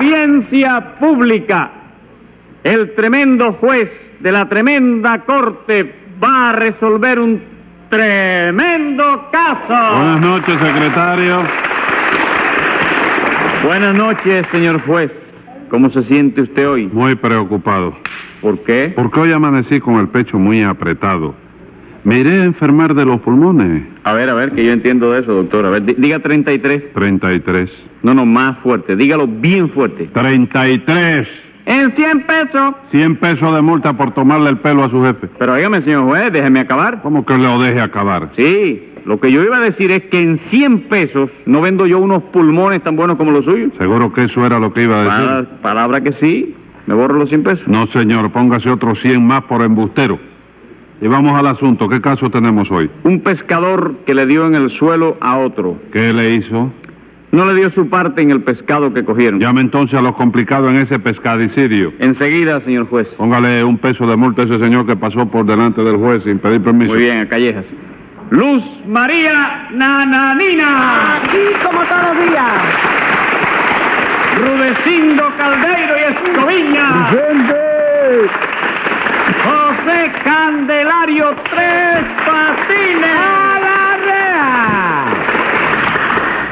audiencia pública, el tremendo juez de la tremenda corte va a resolver un tremendo caso. Buenas noches, secretario. Buenas noches, señor juez. ¿Cómo se siente usted hoy? Muy preocupado. ¿Por qué? Porque hoy amanecí con el pecho muy apretado. Me iré a enfermar de los pulmones. A ver, a ver, que yo entiendo de eso, doctor. A ver, di- diga 33. 33. No, no, más fuerte. Dígalo bien fuerte. 33. En 100 pesos. 100 pesos de multa por tomarle el pelo a su jefe. Pero dígame, señor juez, déjeme acabar. ¿Cómo que lo deje acabar? Sí, lo que yo iba a decir es que en 100 pesos no vendo yo unos pulmones tan buenos como los suyos. Seguro que eso era lo que iba a decir. Palabra, palabra que sí, me borro los 100 pesos. No, señor, póngase otros 100 más por embustero. Y vamos al asunto. ¿Qué caso tenemos hoy? Un pescador que le dio en el suelo a otro. ¿Qué le hizo? No le dio su parte en el pescado que cogieron. Llame entonces a los complicados en ese pescadicidio. Enseguida, señor juez. Póngale un peso de multa a ese señor que pasó por delante del juez sin pedir permiso. Muy bien, a callejas. Luz María Nananina, Aquí como todos los días. Rudecindo Caldeiro y Escoviña, José Candelario Tres Patines. ¡A la rea!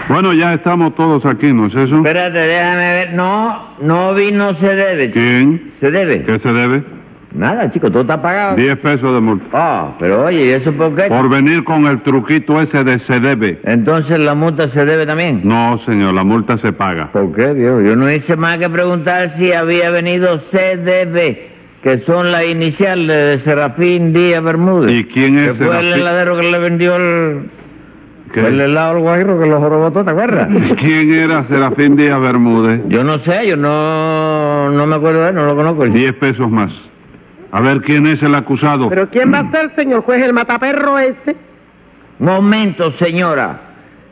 Bueno, ya estamos todos aquí, ¿no es eso? Espérate, déjame ver. No, no vino se debe. chico. ¿Quién? ¿Se debe? ¿Qué se debe? Nada, chico, todo está pagado. 10 pesos de multa. Ah, pero oye, ¿y eso por qué? Por venir con el truquito ese de se debe. Entonces la multa se debe también. No, señor, la multa se paga. ¿Por qué, viejo? Yo no hice más que preguntar si había venido CDB, que son las iniciales de Serafín Díaz Bermúdez. ¿Y quién es Que fue el Serafín? heladero que le vendió el... ¿Qué? El helado al guajiro que lo jorobó todo, ¿te acuerdas? ¿Quién era Serafín Díaz Bermúdez? Yo no sé, yo no, no me acuerdo de él, no lo conozco. 10 pesos más. A ver quién es el acusado. Pero ¿quién va a ser, señor juez, el mataperro ese? Momento, señora.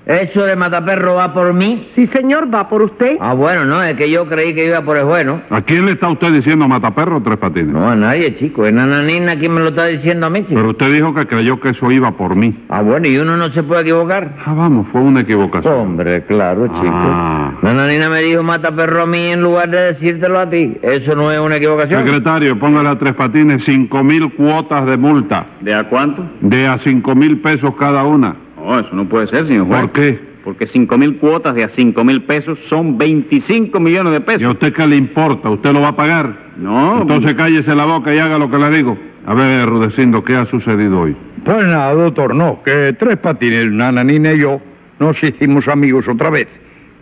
¿Eso de mataperro va por mí? Sí, señor, va por usted. Ah, bueno, no, es que yo creí que iba por el bueno. ¿A quién le está usted diciendo mataperro, Tres Patines? No, a nadie, chico. Es Nananina quien me lo está diciendo a mí, chico. Pero usted dijo que creyó que eso iba por mí. Ah, bueno, y uno no se puede equivocar. Ah, vamos, fue una equivocación. Hombre, claro, chico. Ah. Nananina me dijo mataperro a mí en lugar de decírtelo a ti. Eso no es una equivocación. Secretario, póngale a Tres Patines cinco mil cuotas de multa, ¿De a cuánto? de a cinco mil pesos cada una. No, eso no puede ser, señor juez. ¿Por qué? Porque cinco mil cuotas de a cinco mil pesos son 25 millones de ¿Y pesos. a usted qué le importa? ¿Usted lo va a pagar? No, Entonces cállese la boca y haga lo que le digo. A ver, Rudecindo, ¿qué ha sucedido hoy? Pues nada, doctor, no, que tres patines, Nananina y yo, nos hicimos amigos otra vez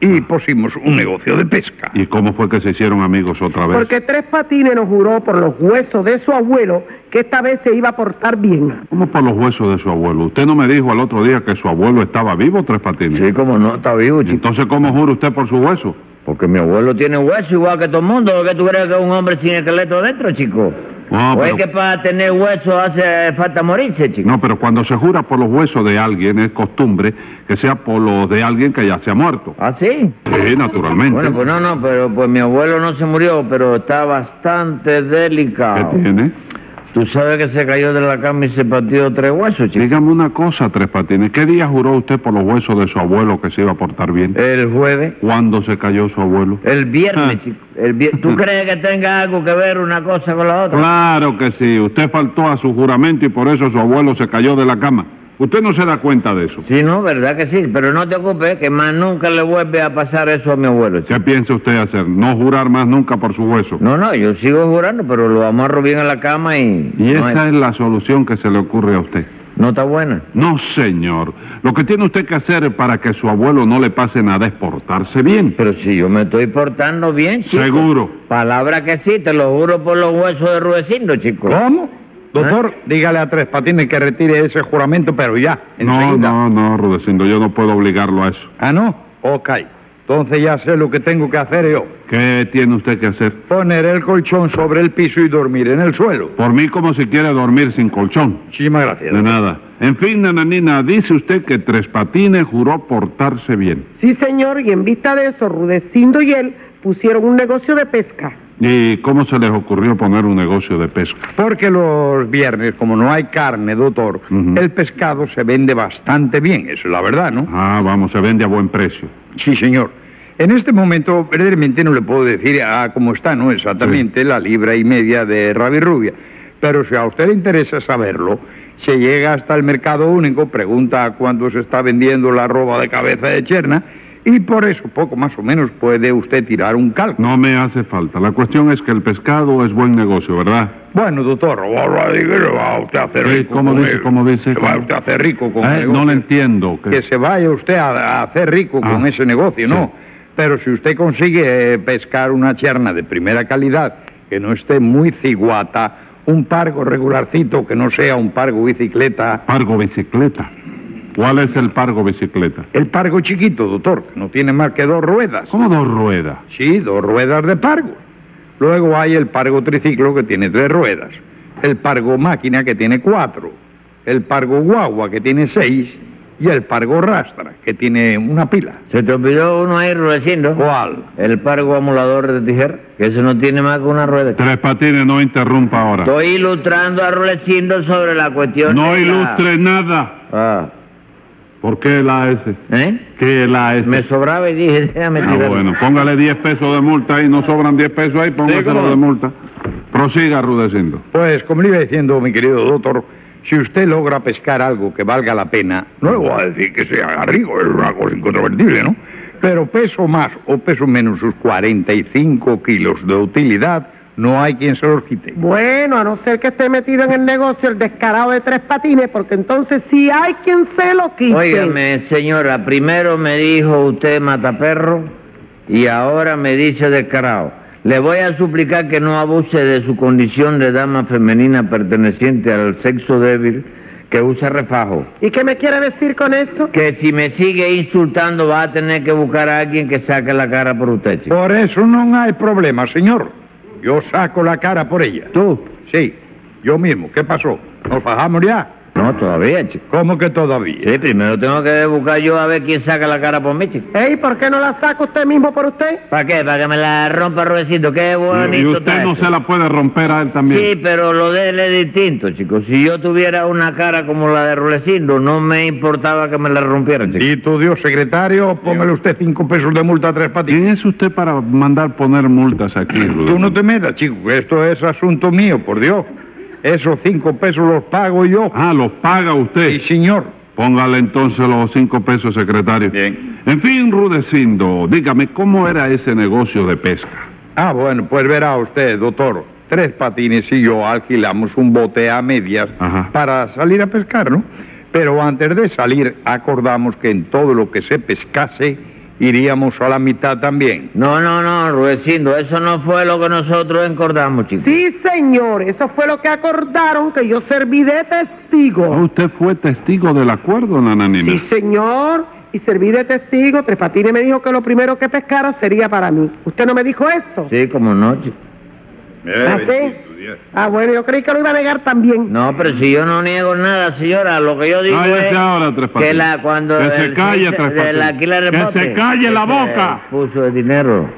y pusimos un negocio de pesca. ¿Y cómo fue que se hicieron amigos otra vez? Porque Tres Patines nos juró por los huesos de su abuelo que esta vez se iba a portar bien. ¿Cómo por los huesos de su abuelo? ¿Usted no me dijo al otro día que su abuelo estaba vivo, Tres Patines? Sí, como no, está vivo, chico. Entonces, ¿cómo jura usted por su hueso? Porque mi abuelo tiene hueso igual que todo el mundo. ¿Qué tú crees que es un hombre sin esqueleto dentro, chico? No, o es pero- que para tener hueso hace falta morirse, chico. No, pero cuando se jura por los huesos de alguien, es costumbre que sea por los de alguien que ya se ha muerto. ¿Ah, sí? Sí, naturalmente. Bueno, pues no, no, pero pues mi abuelo no se murió, pero está bastante delicado. ¿Qué tiene? Tú sabes que se cayó de la cama y se partió tres huesos, chico. Dígame una cosa, Tres Patines. ¿Qué día juró usted por los huesos de su abuelo que se iba a portar bien? El jueves, ¿Cuándo se cayó su abuelo? el viernes, Ah. chico. El vier- ¿Tú crees que tenga algo que ver una cosa con la otra? Claro que sí. Usted faltó a su juramento y por eso su abuelo se cayó de la cama. Usted no se da cuenta de eso. Sí, no, verdad que sí, pero no te ocupes, que más nunca le vuelve a pasar eso a mi abuelo, chico. ¿Qué piensa usted hacer? ¿No jurar más nunca por su hueso? No, no, yo sigo jurando, pero lo amarro bien a la cama y... Y no, esa es la solución que se le ocurre a usted. no está buena. No, señor. Lo que tiene usted que hacer para que su abuelo no le pase nada es portarse bien. Pero si yo me estoy portando bien, chico. Seguro. Palabra que sí, te lo juro por los huesos de Rudecindo, chico. ¿Cómo? Doctor, ¿Eh? dígale a tres patines que retire ese juramento, pero ya, No, enseguida. no, no, Rudecindo, yo no puedo obligarlo a eso. Ah, no, ok. Entonces ya sé lo que tengo que hacer yo. ¿Qué tiene usted que hacer? Poner el colchón sobre el piso y dormir en el suelo. Por mí como si quiere dormir sin colchón. Muchísimas gracias. De nada. En fin, nananina, dice usted que Tres Patines juró portarse bien. Sí, señor, y en vista de eso, Rudecindo y él pusieron un negocio de pesca. ¿Y cómo se les ocurrió poner un negocio de pesca? Porque los viernes, como no hay carne, doctor, Ujú. el pescado se vende bastante bien, eso es la verdad, ¿no? Ah, vamos, se vende a buen precio. Sí, señor. En este momento, verdaderamente no le puedo decir a cómo está, ¿no? Exactamente la libra y media de Rabirrubia. Pero si a usted le interesa saberlo, se llega hasta el mercado único, pregunta cuándo se está vendiendo la roba de cabeza de Cherna, y por eso, poco más o menos, puede usted tirar un cálculo. No me hace falta. La cuestión es que el pescado es buen negocio, ¿verdad? Bueno, doctor, ahora dígale, va usted a hacer Sí, rico. Eh, ¿cómo con dice, él. cómo dice? Se va usted a hacer rico con Eh, el No negocio. le entiendo. que- Que se vaya usted a, a hacer rico Ah, con ese negocio, sí. no. Pero si usted consigue eh, pescar una cherna de primera calidad, que no esté muy ciguata, un pargo regularcito, que no sea un pargo bicicleta. Pargo bicicleta. ¿Cuál es el pargo bicicleta? El pargo chiquito, doctor, que no tiene más que dos ruedas. ¿Cómo dos ruedas? Sí, dos ruedas de pargo. Luego hay el pargo triciclo que tiene tres ruedas, el pargo máquina que tiene cuatro, el pargo guagua que tiene seis y el pargo rastra que tiene una pila. Se te olvidó uno ahí, Rudecindo. ¿Cuál? El pargo amulador de tijera, que eso no tiene más que una rueda. Tres patines, no interrumpa ahora. Estoy ilustrando a Rudecindo sobre la cuestión. No de la- ilustre nada. Ah. ¿Por qué la S? ¿Eh? ¿Qué la S? Me sobraba y dije, déjame Ah, tirar. bueno, póngale 10 pesos de multa ahí, no sobran 10 pesos ahí, póngaselo cómo no. de multa. Prosiga, Rudecindo. Pues como le iba diciendo, mi querido doctor, si usted logra pescar algo que valga la pena, no le voy a decir que sea rico, es una cosa incontrovertible, ¿no? Pero peso más o peso menos sus 45 kilos de utilidad, no hay quien se los quite. Bueno, a no ser que esté metido en el negocio el descarado de tres patines, porque entonces sí hay quien se lo quite. Óigame, señora, primero me dijo usted mataperro y ahora me dice descarado. Le voy a suplicar que no abuse de su condición de dama femenina perteneciente al sexo débil que usa refajo. ¿Y qué me quiere decir con eso? Que si me sigue insultando va a tener que buscar a alguien que saque la cara por usted, chico. Por eso no hay problema, señor. Yo saco la cara por ella. ¿Tú? Sí, yo mismo. ¿Qué pasó? ¿Nos fajamos ya? No, todavía, chico. ¿Cómo que todavía? Sí, primero tengo que buscar yo a ver quién saca la cara por mí, chico. Ey, ¿por qué no la saca usted mismo por usted? ¿Para qué? ¿Para que me la rompa Rubecito? Qué bonito Y está usted no eso. se la puede romper a él también. Sí, pero lo de él es distinto, chicos. Si yo tuviera una cara como la de Rulecindo, no me importaba que me la rompieran, chicos. Y tu Dios secretario, póngale usted cinco pesos de multa a tres patitas. ¿Quién es usted para mandar poner multas aquí, Tú no Rudecindo? te metas, chico, que esto es asunto mío, por Dios. Esos cinco pesos los pago yo. Ah, los paga usted. Sí, señor. Póngale entonces los cinco pesos, secretario. Bien. En fin, Rudecindo, dígame, ¿cómo era ese negocio de pesca? Ah, bueno, pues verá usted, doctor. Tres patines y yo alquilamos un bote a medias Ajá. para salir a pescar, ¿no? Pero antes de salir acordamos que en todo lo que se pescase iríamos a la mitad también. No, no, no, Rulecindo, eso no fue lo que nosotros encordamos, chicos. Sí, señor, eso fue lo que acordaron, que yo serví de Ah, testigo. usted fue testigo del acuerdo, Nananina. Sí, señor, y serví de testigo. Tres patines me dijo que lo primero que pescara sería para mí. ¿Usted no me dijo eso? Sí, como no, chico. Eh, ¿Ah, sí? Ah, bueno, yo creí que lo iba a negar también. No, pero si yo no niego nada, señora, lo que yo digo Cállese es ahora, Tres Patines. que la cuando Que se el- calle, Tres de la Patines. alquiler del Que bote, se calle la que boca. Puso el dinero.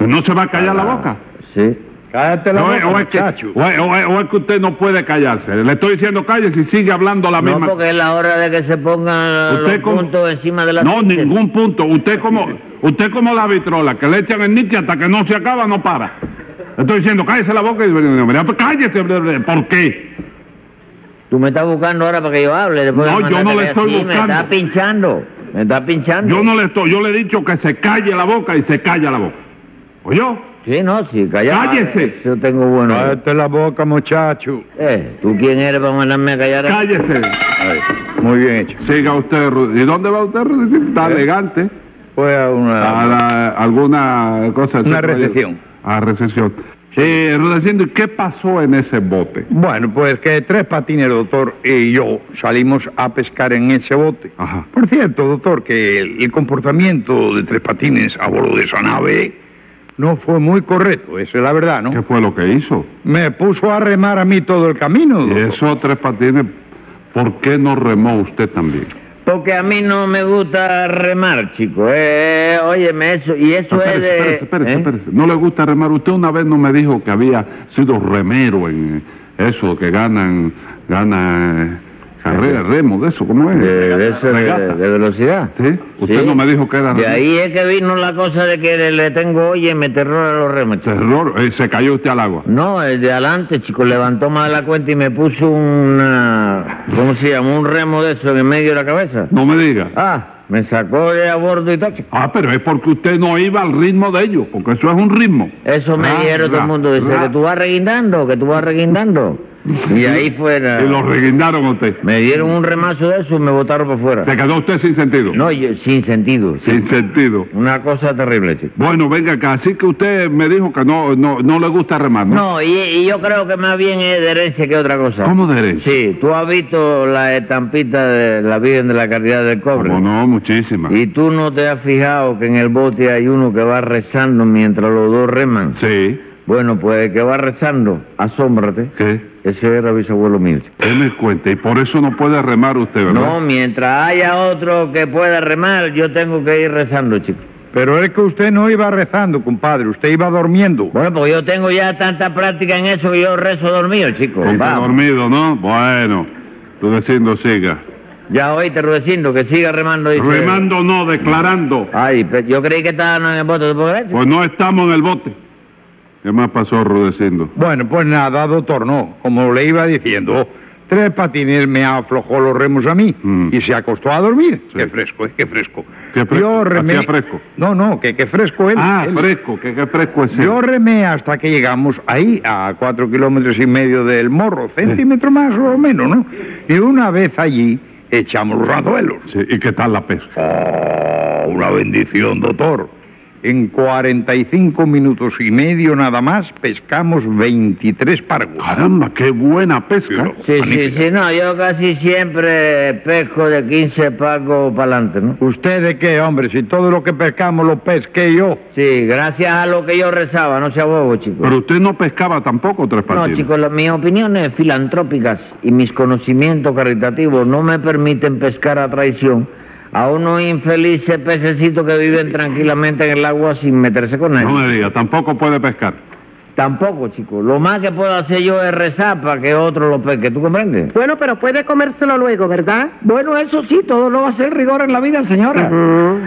¿No se va a callar la boca? Sí. Cállate la O es, boca, o es que, muchacho. o es- o es- o es que usted no puede callarse. Le estoy diciendo cállese y sigue hablando la No, misma. porque es la hora de que se pongan los Usted como- puntos encima de la No, trinche. ningún punto. Usted como usted como la vitrola, que le echan el niche hasta que no se acaba, no para. Le estoy diciendo, cállese la boca y mira, pues cállese. bla, bla, ¿Por qué? Tú me estás buscando ahora para que yo hable. Después No, de yo no mandarte le a estoy decir, buscando. Me está pinchando. Me está pinchando. Yo no le estoy, yo le he dicho que se calle la boca y se calla la boca. ¿Oyó? Sí, no, sí, callado. ¡Cállese! Yo tengo bueno. Cállate la boca, muchacho. Eh, ¿tú quién eres para mandarme a callar? aquí? Cállese. Muy bien hecho. Siga usted, Ru- ¿y dónde va usted, Rudecindo? Está ¿Eh? elegante. Fue a una... A la- alguna cosa. Una recesión. A recesión. Eh, Rudecindo, ¿y ¿qué pasó en ese bote? Bueno, pues que tres patines, doctor, y yo salimos a pescar en ese bote. Ajá. Por cierto, doctor, que el, el comportamiento de tres patines a bordo de esa nave no fue muy correcto, esa es la verdad, ¿Qué ¿no? fue lo que hizo? Me puso a remar a mí todo el camino, Y doctor. eso, Tres Patines, ¿por qué no remó usted también? Porque a mí no me gusta remar, chico. Eh, óyeme eso. Y eso es de... espérese, espérese, ¿eh? espérese. No le gusta remar. Usted una vez no me dijo que había sido remero en eso, que ganan, gana Carrera, remo, de eso, ¿cómo es? De, eh, de eso, de- Regata. de velocidad. Sí, usted no me dijo que era De remo. ahí es que vino la cosa de que le, le tengo, oye, me terror a los remos. chico. Terror, eh, se cayó usted al agua. No, el de adelante, chico, levantó más de la cuenta y me puso una. ¿Cómo se llama? Un remo de eso en el medio de la cabeza. No me diga. Ah, me sacó de a bordo y todo, chico. Ah, pero es porque usted no iba al ritmo de ellos, porque eso es un ritmo. Eso me Ra, dijeron todo ra, el mundo. Dice ra. que tú vas reguindando, que tú vas reguindando. Y ahí fuera. Y lo reguindaron a usted. Me dieron un remazo de eso y me botaron para Se afuera. quedó usted sin sentido. No, yo- sin sentido. Sin sentido. Una cosa terrible, chico. Bueno, venga acá, así que usted me dijo que no, no, no le gusta remar, ¿no? No, y, y yo creo que más bien es de herencia que otra cosa. ¿Cómo de herencia? Sí, tú has visto la estampita de la Virgen de la Caridad del Cobre. Como no, muchísima. Y tú no te has fijado que en el bote hay uno que va rezando mientras los dos reman. Sí, Bueno, pues el que va rezando, asómbrate. ¿qué? Ese era bisabuelo mío. Él me cuenta, y por eso no puede remar usted, No, ¿verdad? mientras haya otro que pueda remar, yo tengo que ir rezando, chico. Pero es que usted no iba rezando, compadre, usted iba durmiendo. Bueno, pues yo tengo ya tanta práctica en eso que yo rezo dormido, chico. Está Vamos. dormido, ¿no? Bueno, tú diciendo siga. Ya hoy te rudecindo que siga remando. dice. Remando no, declarando. Ay, pero yo creí que estaban en el bote de pobreza. Pues no estamos en el bote. ¿Qué más pasó, Rudecindo? Bueno, pues nada, doctor, no. Como le iba diciendo, "Oh, tres patines me aflojó los remos a mí Mm. y se acostó a dormir. Sí. Qué fresco, eh, qué fresco. Qué fresco, Yo remé... hacía fresco. No, no, que qué fresco él. Ah, él. fresco, que, que fresco es él. Yo remé hasta que llegamos ahí, a cuatro kilómetros y medio del morro, centímetro más o menos, ¿no? Y una vez allí, echamos los anzuelos. Sí, ¿Y qué tal la pesca? Oh, una bendición, doctor. En 45 minutos y medio nada más pescamos 23 pargos. Caramba, qué buena pesca. Sí, sí, sí, no, yo casi siempre pesco de 15 pacos para adelante, ¿no? ¿Usted de qué, hombre? Si todo lo que pescamos lo pesqué yo. Sí, gracias a lo que yo rezaba, no sea bobo, chico. Pero usted no pescaba tampoco tres No, patines. chicos, las- mis opiniones filantrópicas y mis conocimientos caritativos no me permiten pescar a traición a unos infelices pececitos que viven tranquilamente en el agua sin meterse con nadie. No me diga, tampoco puede pescar. Tampoco, chicos. Lo más que puedo hacer yo es rezar para que otro lo pesque. ¿Tú comprendes? Bueno, pero puede comérselo luego, ¿verdad? Bueno, eso sí, todo lo va a ser rigor en la vida, señora.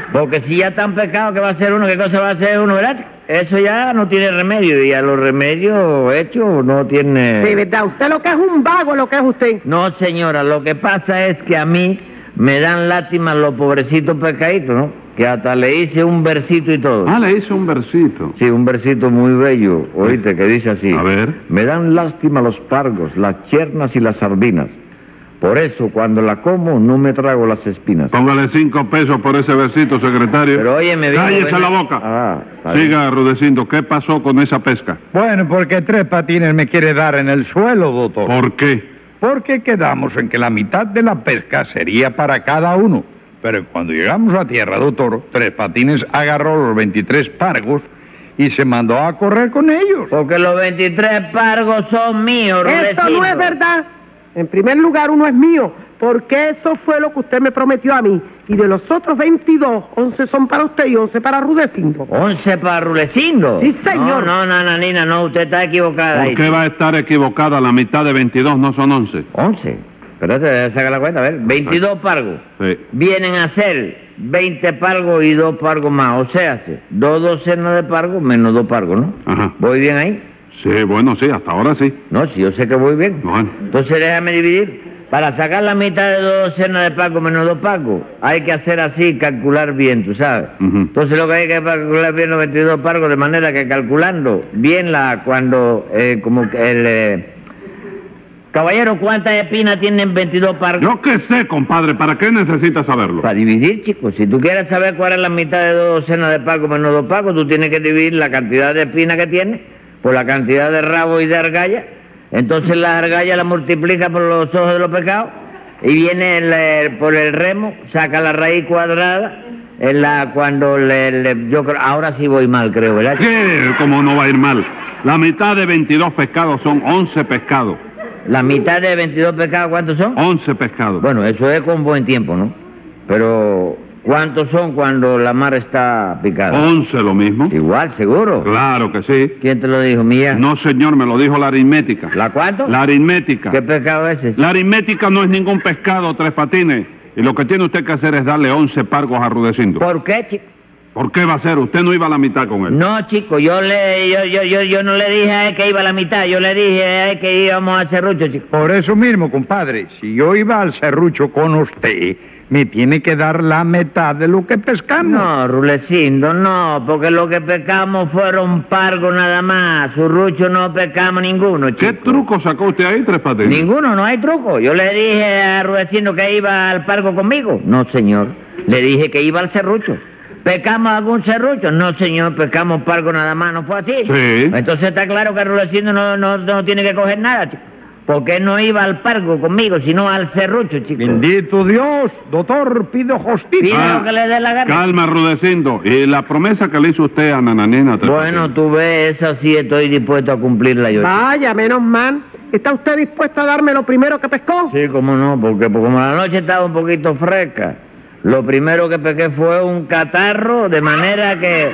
Porque si ya tan pescado que va a ser uno, ¿qué cosa va a hacer uno, verdad? Eso ya no tiene remedio y a los remedios hechos no tiene... De verdad, usted lo que es un vago, lo que es usted. No, señora, lo que pasa es que a mí me dan lástima los pobrecitos pescaditos, ¿no? Que hasta le hice un versito y todo. Ah, le hizo un versito. Sí, un versito muy bello, oíste, que dice así. A ver. Me dan lástima los pargos, las chernas y las sardinas. Por eso, cuando la como, no me trago las espinas. Póngale cinco pesos por ese versito, secretario. Pero oye, me dijo... ¡Cállese ven- la boca! Ah, está bien. Siga, Rudecindo, ¿qué pasó con esa pesca? Bueno, porque tres patines me quiere dar en el suelo, Oh. doctor. ¿Por qué? Porque quedamos en que la mitad de la pesca sería para cada uno. Pero cuando llegamos a tierra, doctor, Tres Patines agarró los 23 pargos y se mandó a correr con ellos. Porque los 23 pargos son míos, Esto Rudecindo. no es verdad. En primer lugar, uno es mío, porque eso fue lo que usted me prometió a mí. Y de los otros 22, 11 son para usted y 11 para Rudecindo. ¿Once para Rudecindo? Sí, señor. No, no, nananina, no, usted está equivocada ahí. ¿Por qué va a estar equivocada? La mitad de 22 no son 11. 11. Espérate, saca la cuenta, a ver. 22 pargos. Sí. Vienen a ser 20 pargos y dos pargos más. O sea, sí, dos docenas de pargos menos dos pargos, ¿no? Ajá. ¿Voy bien ahí? Sí, bueno, sí, hasta ahora sí. No, sí, yo sé que voy bien. Bueno. Entonces déjame dividir. Para sacar la mitad de dos docenas de pargos menos dos pargos, hay que hacer así, calcular bien, tú sabes. Ujú. Entonces lo que hay que calcular bien los 22 pargos, de manera que calculando bien la, cuando, eh, como que el... eh, Caballero, ¿cuántas espinas tienen 22 pargos? Yo qué sé, compadre, ¿para qué necesita saberlo? Para dividir, chicos. Si tú quieres saber cuál es la mitad de dos docenas de pacos menos dos pacos, tú tienes que dividir la cantidad de espinas que tiene por la cantidad de rabo y de argalla. Entonces la argalla la multiplica por los ojos de los pecados y viene el, eh, por el remo, saca la raíz cuadrada. En la, cuando le, le- yo creo- ahora sí voy mal, creo, ¿verdad? ¿Qué? ¿Cómo no va a ir mal? La mitad de 22 pescados son 11 pescados. La mitad de 22 pecados, ¿cuántos son? 11 pescados. Bueno, eso es con buen tiempo, ¿no? Pero ¿Cuántos son cuando la mar está picada? Once lo mismo. Igual, seguro. Claro que sí. ¿Quién te lo dijo, mía? No, señor, me lo dijo la aritmética. ¿La cuánto? La aritmética. ¿Qué pecado es ese? La aritmética no es ningún pescado, tres patines. Y lo que tiene usted que hacer es darle once pargos a Rudecindo. ¿Por qué, chico? ¿Por qué va a ser? Usted no iba a la mitad con él. No, chico, yo le, yo, yo, yo, yo no le dije a él que iba a la mitad, yo le dije a él que íbamos a serrucho, chico. Por eso mismo, compadre, si yo iba al serrucho con usted, me tiene que dar la mitad de lo que pescamos. No, Rulecindo, no, porque lo que pecamos fueron pargos nada más. Surrucho no pecamos ninguno, chico. ¿Qué truco sacó usted ahí, tres patines? Ninguno, no hay truco. Yo le dije a Rudecindo que iba al pargo conmigo. No, señor. Le dije que iba al serrucho. ¿Pecamos algún serrucho? No, señor, pecamos pargo nada más. ¿No fue así? Sí. Entonces está claro que Rudecindo no, no, no tiene que coger nada, chico. Porque él no iba al pargo conmigo, sino al serrucho, chico. Bendito Dios, doctor, pido justicia. Mira lo que le dé la gana. Calma, Rudecindo. ¿Y la promesa que le hizo usted a Nananina? Tres Bueno, Patines? tú ves, esa sí estoy dispuesto a cumplirla yo. chico. Vaya, menos mal. ¿Está usted dispuesto a darme lo primero que pescó? Sí, cómo no, porque pues, como la noche estaba un poquito fresca, lo primero que pequé fue un catarro, de manera que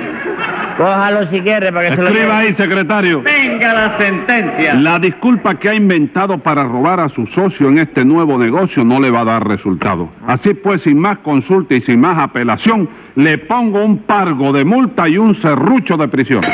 cójalo si quiere para que se lo lleve. Escriba ahí, secretario. Venga la sentencia. La disculpa que ha inventado para robar a su socio en este nuevo negocio no le va a dar resultado. Así pues, sin más consulta y sin más apelación, le pongo un pargo de multa y un serrucho de prisión.